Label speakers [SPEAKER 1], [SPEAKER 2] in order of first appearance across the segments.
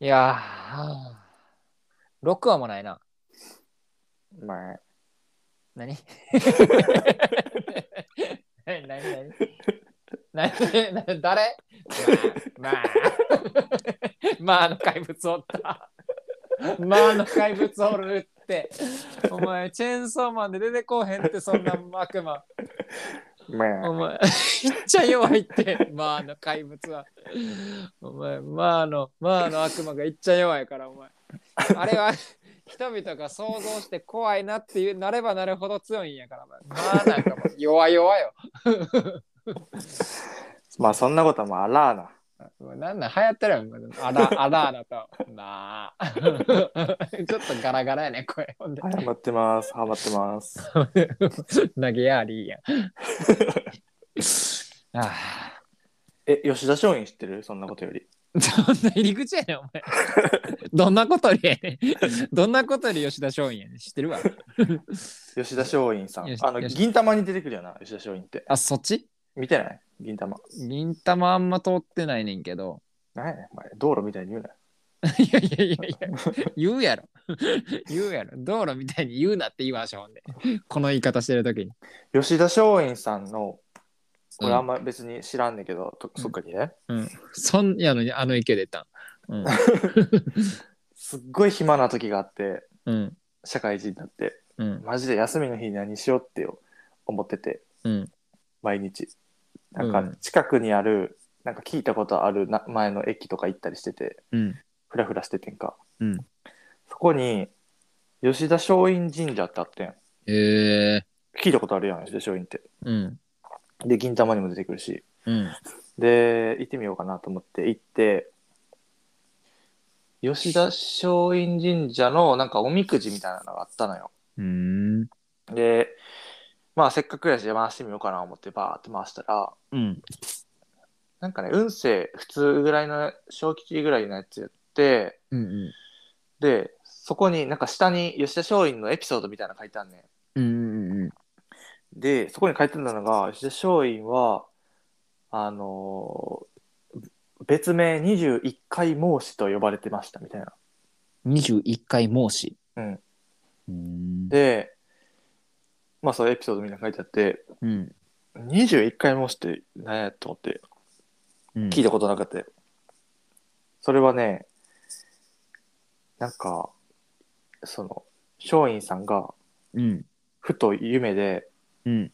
[SPEAKER 1] いやー、6話もないな。
[SPEAKER 2] まあ、
[SPEAKER 1] 何 何何何何何誰まあ、 まあ、まあの怪物おった。まあの怪物おるって。お前、チェーンソーマンで出てこうへんって、そんな悪魔。
[SPEAKER 2] ま
[SPEAKER 1] お
[SPEAKER 2] あ、
[SPEAKER 1] 前、 めっちゃ弱いって、まあの怪物は。お前、まあの、まあの悪魔がいっちゃ弱いから、お前。あれは、人々が想像して怖いなっていうなればなるほど強いんやから、お前まあなんかもう弱弱よ。
[SPEAKER 2] まあそんなこともあらーな。
[SPEAKER 1] もうなんなん流行ってるよ、あら、あらだと。なあ。ち ょっとガラガラやね、声。ほんで
[SPEAKER 2] はい、ハマってます、ハマってます。
[SPEAKER 1] 投げやりやん。ああ。
[SPEAKER 2] え、吉田松陰知ってるそんなことより。
[SPEAKER 1] どんな入り口やねん、お前。どんなことよりやねん。どんなことより吉田松陰やねん。知ってるわ。
[SPEAKER 2] 吉田松陰さん
[SPEAKER 1] よ。し
[SPEAKER 2] あの、
[SPEAKER 1] よし
[SPEAKER 2] 銀玉に出てくるよな、吉田松陰って。
[SPEAKER 1] あ、そっち
[SPEAKER 2] 見てない銀玉。
[SPEAKER 1] 銀玉あんま通ってないねんけど。
[SPEAKER 2] 何やねん、お前。道路みたいに言うな。
[SPEAKER 1] いやいやいやいや、言うやろ。言うやろ。道路みたいに言うなって言わしょ、ほんで。この言い方してるときに。
[SPEAKER 2] 吉田松陰さんの、
[SPEAKER 1] うん
[SPEAKER 2] 俺あんま別に知らんねんけど、とそっかにね。
[SPEAKER 1] そんやのにあの池出たん。うん。
[SPEAKER 2] すっごい暇な時があって、
[SPEAKER 1] うん。
[SPEAKER 2] 社会人になって、
[SPEAKER 1] うん。
[SPEAKER 2] マジで休みの日に何しようってよ思ってて、
[SPEAKER 1] うん。
[SPEAKER 2] 毎日。なん
[SPEAKER 1] う
[SPEAKER 2] か
[SPEAKER 1] ん
[SPEAKER 2] 近くにある、なんか聞いたことあるな前の駅とか行ったりしてて、
[SPEAKER 1] うん。
[SPEAKER 2] ふらふらしててんか。
[SPEAKER 1] うん
[SPEAKER 2] そこに、吉田松陰神社ってあってん。
[SPEAKER 1] えー。
[SPEAKER 2] 聞いたことあるやん、吉田松陰って。
[SPEAKER 1] うん。
[SPEAKER 2] で、銀玉にも出てくるし。
[SPEAKER 1] うん。
[SPEAKER 2] で、行ってみようかなと思って行って、吉田松陰神社のなんかおみくじみたいなのがあったのよ。
[SPEAKER 1] うん。
[SPEAKER 2] で、まあせっかくやし回してみようかなと思ってバーって回したら、
[SPEAKER 1] うん。
[SPEAKER 2] なんかね、運勢普通ぐらいの、小吉ぐらいのやつやって、
[SPEAKER 1] うん。
[SPEAKER 2] で、そこになんか下に吉田松陰のエピソードみたいなの書いてあんねん。
[SPEAKER 1] うん。
[SPEAKER 2] で、そこに書いてあったのが、吉田松陰は、あのー別名21回孟子と呼ばれてましたみたいな。
[SPEAKER 1] 21回申し。
[SPEAKER 2] うん。
[SPEAKER 1] うん。
[SPEAKER 2] で、まあそういうエピソードみんな書いてあって、
[SPEAKER 1] うん。
[SPEAKER 2] 21回孟子って何やと思って聞い
[SPEAKER 1] た。
[SPEAKER 2] たことなかったよ。それはね、なんか、その、松陰さんが、
[SPEAKER 1] うん。
[SPEAKER 2] ふと夢で、
[SPEAKER 1] うん。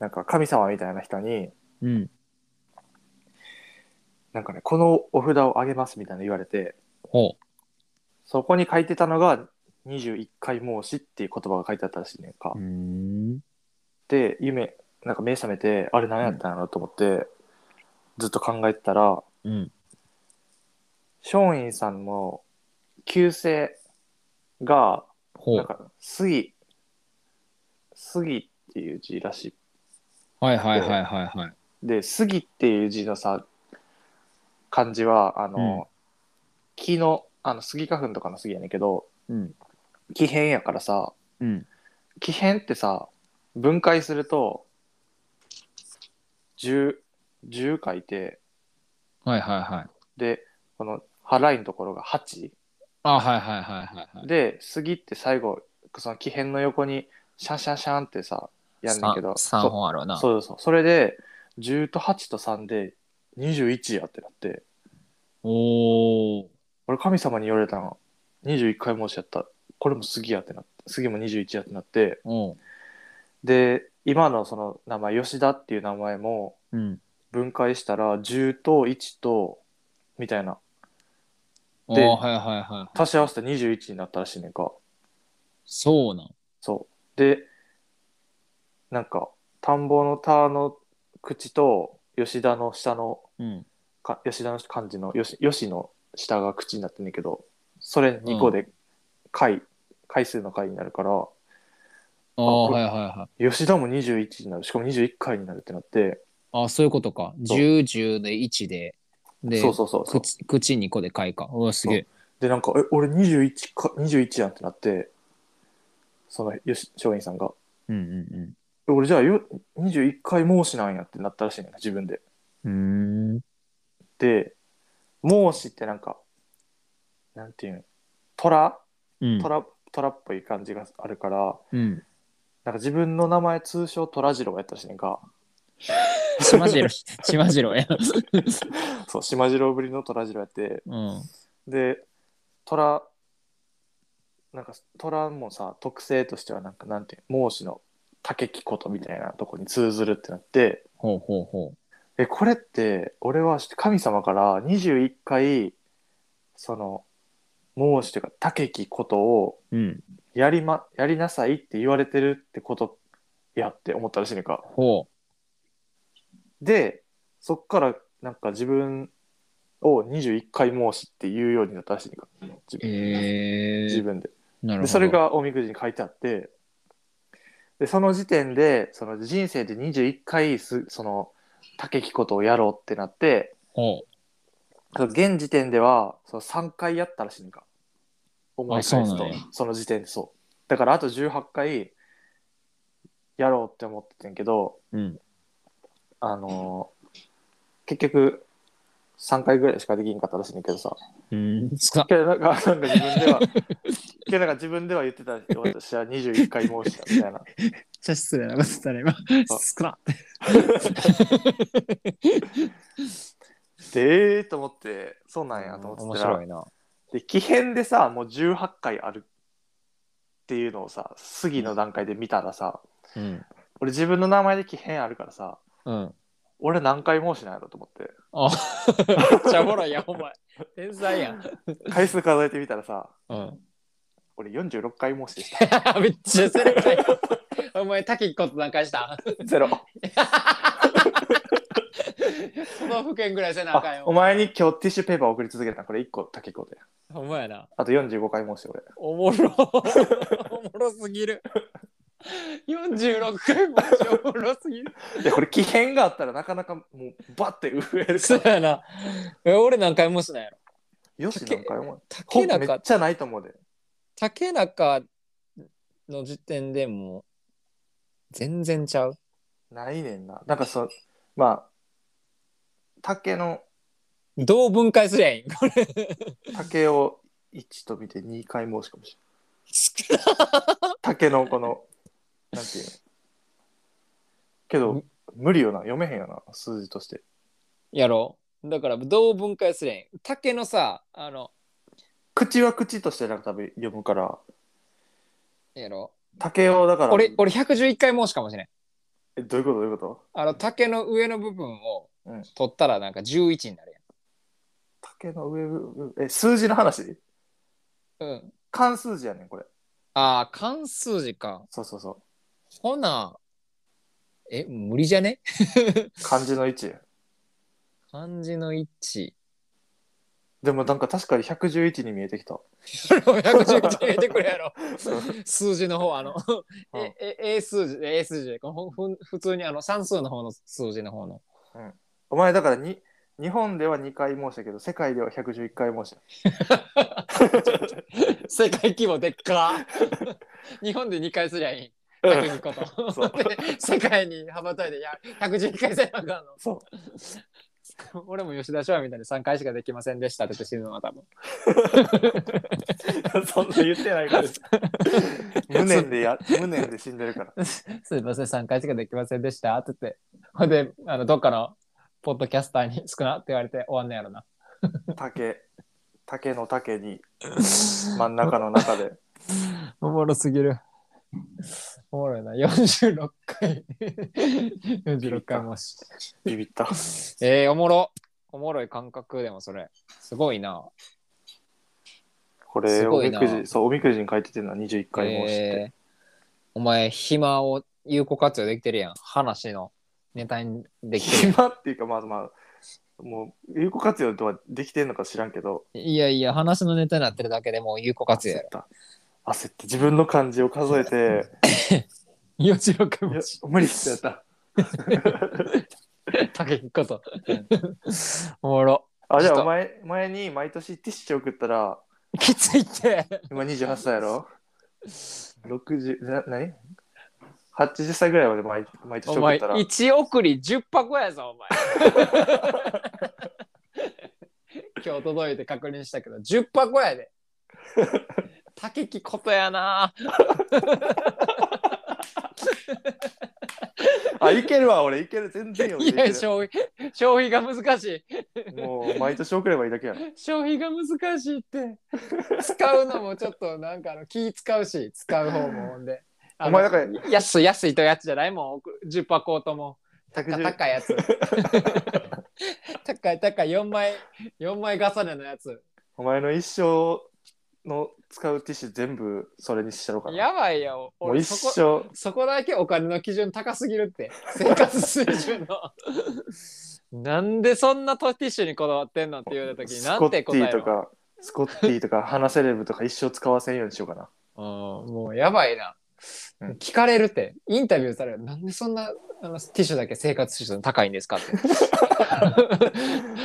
[SPEAKER 2] なんか神様みたいな人に、
[SPEAKER 1] うん。
[SPEAKER 2] なんかね、このお札をあげますみたいなの言われて、
[SPEAKER 1] ほ
[SPEAKER 2] そこに書いてたのが21回申しっていう言葉が書いてあったらしいねんか。
[SPEAKER 1] う。うん。
[SPEAKER 2] で、夢、なんか目覚めて、あれ何やったんやろと思って、ずっと考えてたら、
[SPEAKER 1] うん。
[SPEAKER 2] 松陰さんの旧姓が、
[SPEAKER 1] ほ
[SPEAKER 2] なん
[SPEAKER 1] う。
[SPEAKER 2] か、杉、杉っていう字らし
[SPEAKER 1] はいはいはいはいはい。
[SPEAKER 2] い。で、杉っていう字のさ、漢字は、あの、
[SPEAKER 1] うん
[SPEAKER 2] 木の、あの、杉花粉とかの杉やねんけど、
[SPEAKER 1] うん。
[SPEAKER 2] 木偏やからさ、
[SPEAKER 1] うん。
[SPEAKER 2] 木偏ってさ分解すると 10, 10書いて
[SPEAKER 1] はいはいはい。
[SPEAKER 2] でこの払いのところが8
[SPEAKER 1] あ、はいはいはいはいはい。
[SPEAKER 2] で杉って最後その木偏の横にシャンシャンシャンってさやんねんけど
[SPEAKER 1] 3本あるわな。
[SPEAKER 2] そうそうそうそれで10と8と3で21やってなって
[SPEAKER 1] おお。
[SPEAKER 2] 俺神様に言われたの21回申しやったこれも杉やってなって杉も21やってなって
[SPEAKER 1] おう。
[SPEAKER 2] で今のその名前吉田っていう名前も
[SPEAKER 1] うん。
[SPEAKER 2] 分解したら10と1とみたいな
[SPEAKER 1] お
[SPEAKER 2] で
[SPEAKER 1] おはいはいはい。
[SPEAKER 2] 足し合わせて21になったらしいねんか
[SPEAKER 1] そうなん。
[SPEAKER 2] そうでなんか田んぼの「田」の口と吉田の下の
[SPEAKER 1] うん。
[SPEAKER 2] か吉田の漢字のよし吉の下が口になってんねんけどそれ2個で回、回数の回になるから
[SPEAKER 1] おお
[SPEAKER 2] こ
[SPEAKER 1] は
[SPEAKER 2] れ
[SPEAKER 1] いはいはい。
[SPEAKER 2] 吉田も21になるしかも21回になるってなって
[SPEAKER 1] あ、そういうことか。
[SPEAKER 2] そう
[SPEAKER 1] 10、10で1で。で、
[SPEAKER 2] そうそうそうそう
[SPEAKER 1] 口口2個でかいか。おおすげえ。
[SPEAKER 2] でなんか「え俺21か21やん」ってなってそのよし松陰さんが「
[SPEAKER 1] うんうん
[SPEAKER 2] 俺じゃあよ21回孟子なんやってなったらしいねんな自分で。
[SPEAKER 1] うん。うーん。
[SPEAKER 2] で孟子ってなんかなんていうの虎
[SPEAKER 1] うん。
[SPEAKER 2] 虎虎っぽい感じがあるから、
[SPEAKER 1] うん。
[SPEAKER 2] なんか自分の名前通称虎次郎やったらしいねんか
[SPEAKER 1] 島次郎、島次郎や。
[SPEAKER 2] そう島次郎ぶりの虎次郎やって
[SPEAKER 1] うん。
[SPEAKER 2] で虎なんか虎もさ特性としてはなんかなんていうの孟子の竹木ことみたいなとこに通ずるってなって。
[SPEAKER 1] ほうほうほ
[SPEAKER 2] えこれって俺は神様から21回その孟子というか竹木ことを
[SPEAKER 1] う。うん。
[SPEAKER 2] やり,、ま、やりなさいって言われてるってことやって思ったらしいのか
[SPEAKER 1] ほ
[SPEAKER 2] でそっからなんか自分を21回孟子って言うようになったらしいのか自
[SPEAKER 1] う。
[SPEAKER 2] 分,、
[SPEAKER 1] え
[SPEAKER 2] 自
[SPEAKER 1] ー。
[SPEAKER 2] 分で
[SPEAKER 1] なるほど。
[SPEAKER 2] でそれ。がおみくじに書いてあってでその時点でその人生で21回すその竹木ことをやろうってなって
[SPEAKER 1] ほ
[SPEAKER 2] そう現時点ではその3回やったらしいんか思い返
[SPEAKER 1] そ
[SPEAKER 2] す
[SPEAKER 1] うな
[SPEAKER 2] と
[SPEAKER 1] んや
[SPEAKER 2] その時点でそうだからあと18回やろうって思っててんけど
[SPEAKER 1] う。うん。
[SPEAKER 2] あのー結局3回ぐらいしかできんかったらしいねんだけどさ
[SPEAKER 1] うん。つか。
[SPEAKER 2] けどなんかなんか自 分ではけどなんか自分では言ってたんですよ私は21回申したみたいな
[SPEAKER 1] ちゃ失礼なことしたら今。 少な。
[SPEAKER 2] でえー、と思ってそうなんやと思っ
[SPEAKER 1] 面
[SPEAKER 2] てたら
[SPEAKER 1] 白いな。
[SPEAKER 2] で奇変でさもう18回あるっていうのをさ杉の段階で見たらさ、
[SPEAKER 1] うん。
[SPEAKER 2] 俺自分の名前で奇変あるからさ
[SPEAKER 1] うん。
[SPEAKER 2] 俺何回もしないだと思って
[SPEAKER 1] あ めっちゃおもろいやんお前。天才やん。
[SPEAKER 2] 回数数えてみたらさ
[SPEAKER 1] うん。
[SPEAKER 2] 俺46回もしでし
[SPEAKER 1] めっちゃそれかい。お前、滝一骨なんかした。
[SPEAKER 2] た ゼロ
[SPEAKER 1] 都道府県ぐらいせなあかん
[SPEAKER 2] あ
[SPEAKER 1] よ。
[SPEAKER 2] お前に今日ティッシュペーパー送り続けたこれ1個竹子で
[SPEAKER 1] ほんまやな。
[SPEAKER 2] あと45回もして俺
[SPEAKER 1] おもろ。 おもろすぎる。46回もおもろすぎる。
[SPEAKER 2] いやこれ奇変があったらなかなかもうバッて増える
[SPEAKER 1] そ
[SPEAKER 2] か
[SPEAKER 1] うやな。え俺何回もしないやろ。
[SPEAKER 2] らよし何回もほ
[SPEAKER 1] 竹
[SPEAKER 2] んめっ
[SPEAKER 1] 中、
[SPEAKER 2] ちゃないと思うで
[SPEAKER 1] 竹中の時点でもう全然ちゃう。
[SPEAKER 2] ないねんななんかそまあ竹の
[SPEAKER 1] どう分解すりゃいいんこれ。
[SPEAKER 2] 竹を1と見て2回もしかもしれない
[SPEAKER 1] 少な
[SPEAKER 2] 竹のこのなんていうのけど無理よな読めへんよな数字として
[SPEAKER 1] やろだからどう分解すりゃいいん竹のさ、あの、
[SPEAKER 2] 口は口としてなんか多分読むから
[SPEAKER 1] やろ
[SPEAKER 2] 竹をだから
[SPEAKER 1] 俺、俺111回申しかもしれん。
[SPEAKER 2] えどういうことどういうこと
[SPEAKER 1] あの竹の上の部分を
[SPEAKER 2] うん
[SPEAKER 1] 取ったらなんか11になる
[SPEAKER 2] 竹の上うえ数字の話
[SPEAKER 1] やん。うん。
[SPEAKER 2] 漢数字やねんこれ
[SPEAKER 1] ああ、関数字か。
[SPEAKER 2] そうそうそ
[SPEAKER 1] ほな、え、無理じゃね
[SPEAKER 2] う漢字の位置
[SPEAKER 1] 漢字の位 置。
[SPEAKER 2] でもなんか確かに111に見えてきた
[SPEAKER 1] 111入れてくれや ろ。
[SPEAKER 2] そう
[SPEAKER 1] 数字の方、あの、
[SPEAKER 2] うん
[SPEAKER 1] え、え、え数字、え数字で、このふん普通にあの算数の方の数字の方 の。
[SPEAKER 2] お前だからに日本では2回申したけど世界では111回申した
[SPEAKER 1] 世界規模でっ か。日本で2回すりゃいい。竹にこ
[SPEAKER 2] そう
[SPEAKER 1] と。 で世界に羽ばたいて、いや、111回せなあかんの。
[SPEAKER 2] そう
[SPEAKER 1] 俺も吉田翔みたいに3回しかできませんでしたって言って死ぬのは 多分。
[SPEAKER 2] そんな言ってないから 無念でや無念で死んでるから
[SPEAKER 1] すいません、3回しかできませんでしたって言って。ほんで、あの、どっかのポッドキャスターに少なって言われて終わんねやろな。
[SPEAKER 2] 竹竹の 竹に真ん中の中で
[SPEAKER 1] おもろすぎる。おもろいな。46回。46回もし。
[SPEAKER 2] ビビ った
[SPEAKER 1] えー、おもろ。おもろい感覚でもそれ。すごいな。
[SPEAKER 2] こ
[SPEAKER 1] す
[SPEAKER 2] れお
[SPEAKER 1] ごい
[SPEAKER 2] み
[SPEAKER 1] な
[SPEAKER 2] くじそうおみくじに書いててるのは21回申しって、
[SPEAKER 1] えーお前、暇を有効活用できてるやん。話のネタにできてる
[SPEAKER 2] 暇っていうかまあまあもう有効活用とはできてんのか知らんけど
[SPEAKER 1] やん。いやいや、話のネタになってるだけでもう有効活用
[SPEAKER 2] 焦
[SPEAKER 1] や
[SPEAKER 2] っ
[SPEAKER 1] ろ。
[SPEAKER 2] た焦って自分の漢字を数 えて
[SPEAKER 1] 46
[SPEAKER 2] いや
[SPEAKER 1] 回もし。
[SPEAKER 2] 無理ってやった
[SPEAKER 1] 竹引くこと。おもろ。
[SPEAKER 2] あじゃ
[SPEAKER 1] ちょっ
[SPEAKER 2] あ
[SPEAKER 1] と
[SPEAKER 2] お前前に毎年ティッシュ送ったら
[SPEAKER 1] きついって。
[SPEAKER 2] 今28歳やろ60な何80歳ぐらいまで毎毎年
[SPEAKER 1] お
[SPEAKER 2] 食っ
[SPEAKER 1] 前
[SPEAKER 2] てたら
[SPEAKER 1] 1送り10箱やぞお前 今日届いて確認したけど10箱やで竹木ことやな
[SPEAKER 2] あいけるわ俺いける全然よ
[SPEAKER 1] い
[SPEAKER 2] いけ
[SPEAKER 1] や
[SPEAKER 2] る
[SPEAKER 1] 消費消費が難しい
[SPEAKER 2] もう毎年送ればいいだけやろ
[SPEAKER 1] 消費が難しいって使うのもちょっとなんかあの気使うし使う方もほんであの
[SPEAKER 2] お前だから
[SPEAKER 1] 安い安いとやつじゃないもん送る10箱とも高い
[SPEAKER 2] 110
[SPEAKER 1] 高いや つ高い高い4枚4枚重ねのやつ
[SPEAKER 2] お前の一生の使うティッシュ全部それにしちゃろうかな
[SPEAKER 1] やばいよ
[SPEAKER 2] もう
[SPEAKER 1] 俺
[SPEAKER 2] 一
[SPEAKER 1] そこ
[SPEAKER 2] 生
[SPEAKER 1] そこだけお金の基準高すぎるって生活水準 のなんでそんなトティッシュにこだわってんのって言われた時に
[SPEAKER 2] ス
[SPEAKER 1] な
[SPEAKER 2] コ
[SPEAKER 1] ん
[SPEAKER 2] ッテ
[SPEAKER 1] て答
[SPEAKER 2] ィ
[SPEAKER 1] え
[SPEAKER 2] と
[SPEAKER 1] ろ
[SPEAKER 2] かスコッティとか花セレブとか一生使わせんようにしようかな
[SPEAKER 1] うんもうやばいな、
[SPEAKER 2] うん
[SPEAKER 1] 聞かれるってインタビューされるなんでそんなあのティッシュだけ生活水準高いんです かって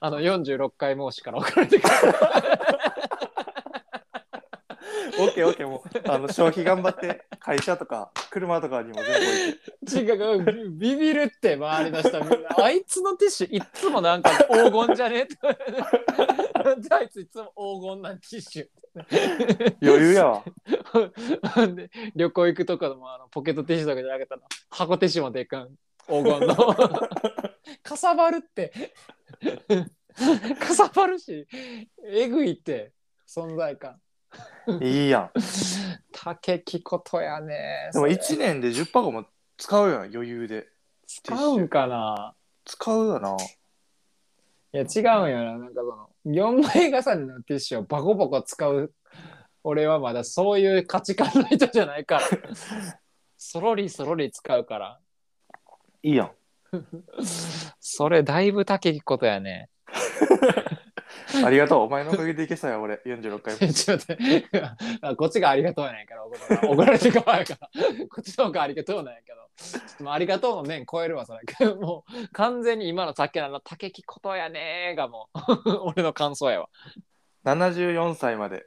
[SPEAKER 1] あの46回申しから送られてくる
[SPEAKER 2] オッケーオッケーもうあの消費頑張って会社とか車とかにも全部置いて
[SPEAKER 1] 違うビビビるって周りの人みんな あいつのティッシュいっつもなんか黄金じゃねえ となんであいついつも黄金なティッシ
[SPEAKER 2] 余裕やわ
[SPEAKER 1] ュで旅行行くとかでもあのポケットティッシュとかじゃなかったら箱ティッシュもでっかん黄金の かさばるって かさばるしえぐいって存在感
[SPEAKER 2] いいやん
[SPEAKER 1] 竹木ことやね
[SPEAKER 2] でも
[SPEAKER 1] それ
[SPEAKER 2] 1年で10箱も使うやん余裕で
[SPEAKER 1] 使うんかな
[SPEAKER 2] 使うよない
[SPEAKER 1] や違うんよな、なんかその、4枚重ねのティッシュをバコバコ使う、俺はまだそういう価値観の人じゃないから。そろりそろり使うから。
[SPEAKER 2] いいやん
[SPEAKER 1] それだいぶ高いことやね。
[SPEAKER 2] ありがとうお前のおかげでいけそうや俺46回
[SPEAKER 1] ちょ
[SPEAKER 2] も
[SPEAKER 1] っと待ってあこっちがありがとうやねんから、怒ら怒られてる側やから。こっちの方がありがとうなんやけど。ちょっともうありがとうの面超えるわ、それ。もう完全に今のさっきのあの、竹木ことやねーがもう、 俺の感想やわ。
[SPEAKER 2] 74歳まで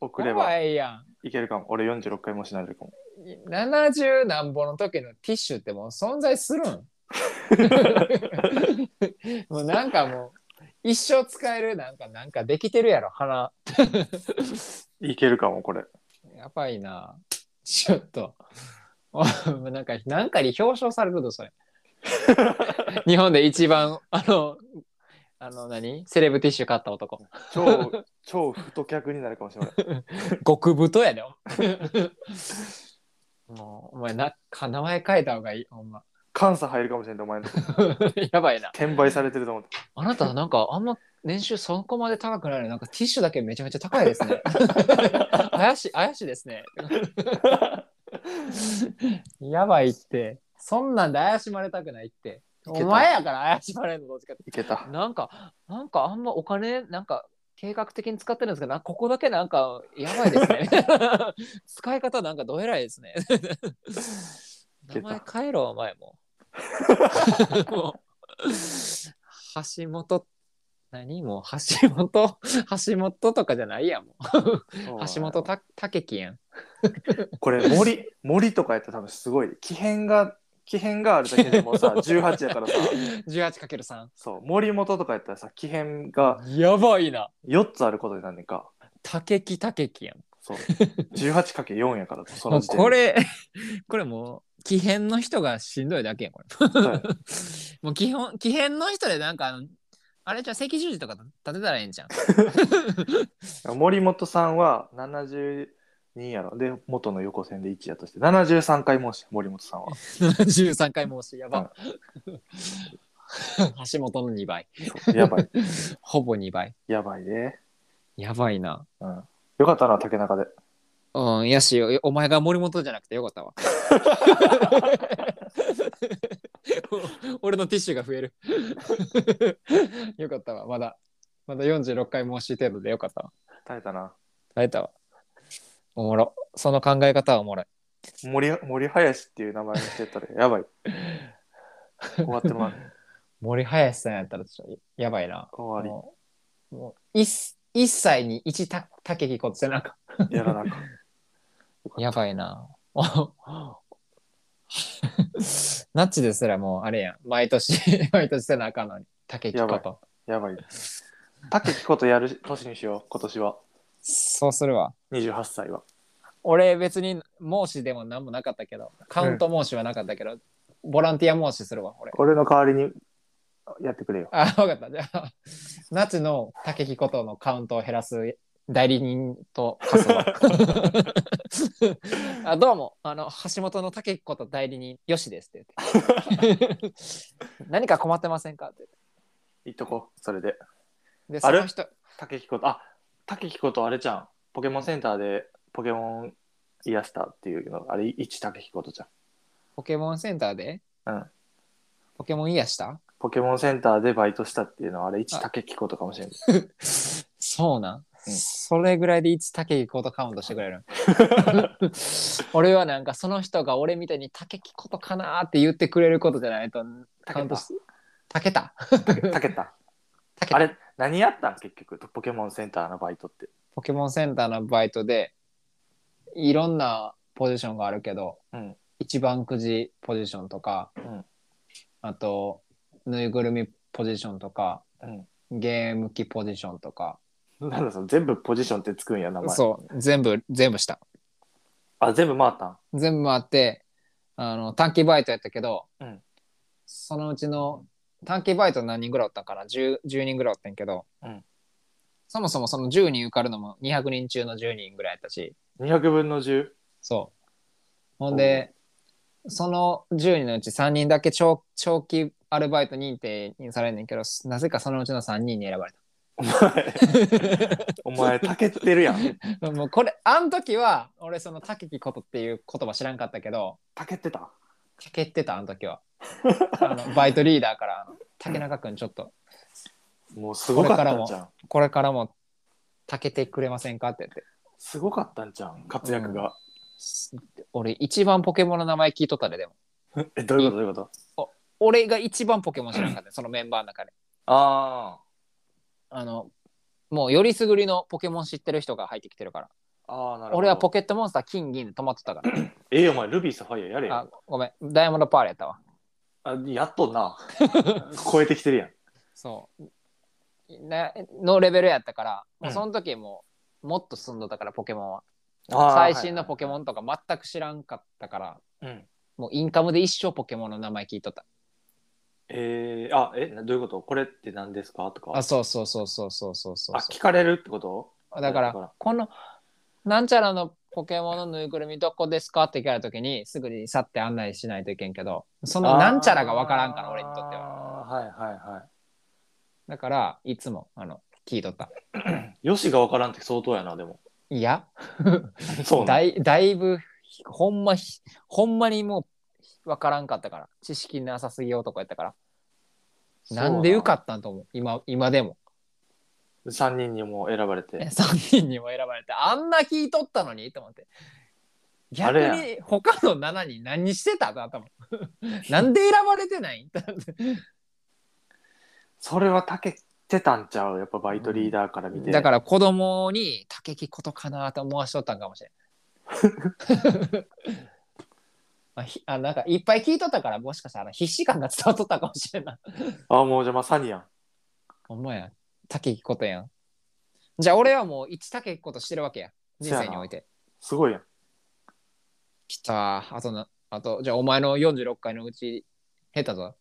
[SPEAKER 2] 送れ
[SPEAKER 1] や
[SPEAKER 2] ば
[SPEAKER 1] ばいやん。い
[SPEAKER 2] いけるかも俺46回もしないでるかも
[SPEAKER 1] 70何本の時のティッシュってもう存在するんもうなんかもう一生使えるなんかなんかできてるやろ鼻
[SPEAKER 2] いけるかもこれ
[SPEAKER 1] やばいなちょっとおなんかなんかに表彰されるぞそれ日本で一番あのあの何セレブティッシュ買った男
[SPEAKER 2] 超 超太客になるかもしれない
[SPEAKER 1] 極太やでお前もうお前なか名前変えた方がいいほんま
[SPEAKER 2] 監査入るかもしれないお前のとこ
[SPEAKER 1] やばいな
[SPEAKER 2] 転売されてると思って
[SPEAKER 1] あなたなんかあんま年収そこまで高くないのになんかティッシュだけめちゃめちゃ高いです ね。怪しい怪しいですね。やばいってそんなんで怪しまれたくないって
[SPEAKER 2] いけ
[SPEAKER 1] お
[SPEAKER 2] た
[SPEAKER 1] 前やから怪しまれるのどっちかって
[SPEAKER 2] いけた
[SPEAKER 1] なんかなんかあんまお金なんか計画的に使ってるんですけどなここだけなんかやばいですね。 使い方なんかどえらい ですね。
[SPEAKER 2] いけ
[SPEAKER 1] 名
[SPEAKER 2] た
[SPEAKER 1] 前変えろお前も。 もう橋本何もう橋本橋本とかじゃないやんもう橋本た武樹やん
[SPEAKER 2] これ森森とかやったら多分すごい気変が気変があるだけで もさ18やからさ
[SPEAKER 1] 18×3
[SPEAKER 2] そう森本とかやったらさ気変が
[SPEAKER 1] やばいな
[SPEAKER 2] 4つあることになんねんか
[SPEAKER 1] 武樹武樹やん
[SPEAKER 2] そう 18×4 やからそ
[SPEAKER 1] も
[SPEAKER 2] の
[SPEAKER 1] う
[SPEAKER 2] 時点
[SPEAKER 1] こ
[SPEAKER 2] で
[SPEAKER 1] れこれもう奇変の人がしんどいだけやんこれ
[SPEAKER 2] はい
[SPEAKER 1] もう基本奇変の人でなんかあのあれじゃん赤十字とか立てたらええんじゃん
[SPEAKER 2] 森本さんは72やろで元の横線で1やとして73回申し森本さんは
[SPEAKER 1] 73回申しやば、橋本の2倍
[SPEAKER 2] そうやばい
[SPEAKER 1] ほぼ2倍
[SPEAKER 2] やばいね、
[SPEAKER 1] やばいな
[SPEAKER 2] うん、よかったな竹中で
[SPEAKER 1] うん、やし、おお前が森本じゃなくてよかったわ。 お俺のティッシュが増える。 よかったわ、まだ。まだ46回申し程度でよかったわ。
[SPEAKER 2] 耐えたな
[SPEAKER 1] 耐えたわ。おもろ。その考え方はおもろい。
[SPEAKER 2] 森森林っていう名前にしてたらやばい終わってもらう
[SPEAKER 1] 森林さんやったらちょっとやばいな。
[SPEAKER 2] 終わ
[SPEAKER 1] もうもう一一歳に一た竹木こってなんか
[SPEAKER 2] りやらなあかん
[SPEAKER 1] やばいな。お ナッチですらもうあれやん。毎年、 毎年せなあかんのに。竹木こ
[SPEAKER 2] や
[SPEAKER 1] と。
[SPEAKER 2] やばい。竹木ことやる年にしよう、今年は。
[SPEAKER 1] そうするわ。
[SPEAKER 2] 28歳は。
[SPEAKER 1] 俺別に申しでも何もなかったけど、カウント申しはなかったけど、ボランティア申しするわ、俺。
[SPEAKER 2] 俺の代わりにやってくれよ。
[SPEAKER 1] あ、わかった。じゃあ、ナチの竹木ことのカウントを減らす代理人と仮 想あどうも、あの、橋本の竹木こと代理人、よしですって言 って。何か困ってませんかって言って。
[SPEAKER 2] 言っとこう、それで。
[SPEAKER 1] で、
[SPEAKER 2] あ
[SPEAKER 1] そ
[SPEAKER 2] れ
[SPEAKER 1] の人、
[SPEAKER 2] 竹木こと、あ、竹木ことあれじゃん。ポケモンセンターでポケモン癒したっていうの、あれ、一竹木ことじゃん。
[SPEAKER 1] ポケモンセンターで、
[SPEAKER 2] うん
[SPEAKER 1] ポケモン癒やした
[SPEAKER 2] ポケモンセンターでバイトしたっていうのは、あれ、一竹木ことかも しれない。
[SPEAKER 1] そうなん、
[SPEAKER 2] うん
[SPEAKER 1] それぐらいで1竹木ことカウントしてくれる俺はなんかその人が俺みたいに竹木ことかなーって言ってくれることじゃないとカウントし竹田
[SPEAKER 2] 竹田。
[SPEAKER 1] 竹田
[SPEAKER 2] あれ、何やったん結局、ポケモンセンターのバイトって。
[SPEAKER 1] ポケモンセンターのバイトでいろんなポジションがあるけど
[SPEAKER 2] うん。
[SPEAKER 1] 一番くじポジションとか、
[SPEAKER 2] うん
[SPEAKER 1] あとぬいぐるみポジションとか
[SPEAKER 2] うん。
[SPEAKER 1] ゲーム機ポジションとか
[SPEAKER 2] なんだその全部ポジションってつくんや、名前。
[SPEAKER 1] そう全部全部した
[SPEAKER 2] あ、全部回ったん
[SPEAKER 1] 全部あってあの短期バイトやったけど、
[SPEAKER 2] うん
[SPEAKER 1] そのうちの短期バイト何人ぐらいおったんかな 10, 10人ぐらいおったんやけど、
[SPEAKER 2] うん
[SPEAKER 1] そもそもその10人受かるのも200人中の10人ぐらいやったし
[SPEAKER 2] ?200 分の 10?
[SPEAKER 1] そうほんで、その10人のうち3人だけ長長期アルバイト認定にされんねんけどなぜかそのうちの3人に選ばれ
[SPEAKER 2] お 前、お前、竹ってるやん。
[SPEAKER 1] たもうこれあの時は俺その「竹木こと」っていう言葉知らんかったけど
[SPEAKER 2] 竹ってた
[SPEAKER 1] かけってたあの時はあのバイトリーダーからあの竹中君ちょっと
[SPEAKER 2] もうすごかったんじゃん。
[SPEAKER 1] これからもたけてくれませんかって言って
[SPEAKER 2] すごかったんじゃん、活躍が。
[SPEAKER 1] す俺一番ポケモンの名前聞いとったででも
[SPEAKER 2] え、どういうことどういうこと
[SPEAKER 1] 俺が一番ポケモン知らんかったそのメンバーの中で
[SPEAKER 2] あ
[SPEAKER 1] あのもうよりすぐりのポケモン知ってる人が入ってきてるから
[SPEAKER 2] あ。ああ、なるほど。
[SPEAKER 1] 俺はポケットモンスター金銀で止まってたか
[SPEAKER 2] ええお前、ルビーサファイアやれ
[SPEAKER 1] らあ
[SPEAKER 2] よ。
[SPEAKER 1] ごめんダイヤモンドパールやったわ
[SPEAKER 2] あやっとん な。超えてきてるやん。
[SPEAKER 1] そうなのレベルやったから、もううんその時もうもっと進んどったからポケモンは
[SPEAKER 2] あー
[SPEAKER 1] 最新のポケ
[SPEAKER 2] は
[SPEAKER 1] モンとか全く知らんかったから
[SPEAKER 2] いはいうん。
[SPEAKER 1] もうインカムで一生ポケモンの名前聞いとった。
[SPEAKER 2] えー、あ、え、などういうことこれって何ですかとか。
[SPEAKER 1] あ、そうそうそうそうそうそうそう
[SPEAKER 2] あ聞かれるってこと
[SPEAKER 1] だか
[SPEAKER 2] だからら、
[SPEAKER 1] この、なんちゃらのポケモンのぬいぐるみどこですかって聞かれたときに、すぐに去って案内しないといけんけど、そのなんちゃらがわからんから、俺にとっては。
[SPEAKER 2] は。はいはいは
[SPEAKER 1] だから、いつも、あの、聞いとった。
[SPEAKER 2] い。よしがわからんって相当やな、でも。
[SPEAKER 1] いや、
[SPEAKER 2] そうな
[SPEAKER 1] だ
[SPEAKER 2] ん
[SPEAKER 1] いだいぶ、ほんまひ、ほんまにもう、わからんかったから。知識なさすぎ男やったから。なんで受かったんと思う。今、今でも。
[SPEAKER 2] 3人にも選ばれて。
[SPEAKER 1] 3人にも選ばれてあんな聞いとったのにと思って
[SPEAKER 2] あ
[SPEAKER 1] 逆
[SPEAKER 2] れや
[SPEAKER 1] に他の7人何してたと頭 なんで選ばれてないんと思って
[SPEAKER 2] それはたけてたんちゃうやっぱバイトリーダーから見て。
[SPEAKER 1] だから子供に竹木ことかなと思わしとったんかもしれん まあひあなんかいっぱい聞いとったからもしかしたら必死感が伝わっとったかもしれんない
[SPEAKER 2] あ、もうじゃあまさにやん。
[SPEAKER 1] ほんまや竹木ことやんじゃあ俺はもう一竹木ことしてるわけや人生において
[SPEAKER 2] すごいやん。
[SPEAKER 1] きたあとなあとじゃあお前の46回のうち下手ぞ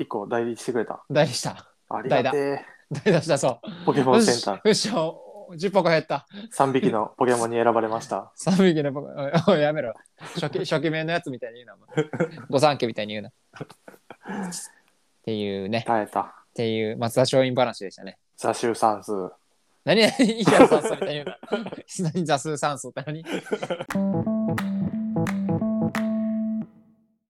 [SPEAKER 2] 1個代理してくれた。
[SPEAKER 1] 代理した。
[SPEAKER 2] ありがてえ。
[SPEAKER 1] 代理したそう。
[SPEAKER 2] ポケモンセンター。
[SPEAKER 1] よっしよっしゃ、10個減った。
[SPEAKER 2] 3匹のポケモンに選ばれました。
[SPEAKER 1] 寒いけど、僕おいおいやめろ。初期 初期面のやつみたいに言うな。お前御三家みたいに言うな。っていうね、っ
[SPEAKER 2] 耐えた。
[SPEAKER 1] ていう松田松陰話でしたね。
[SPEAKER 2] ザシュウ算数。
[SPEAKER 1] 何何イカル酸素みたいに言うな。何ザス酸素って何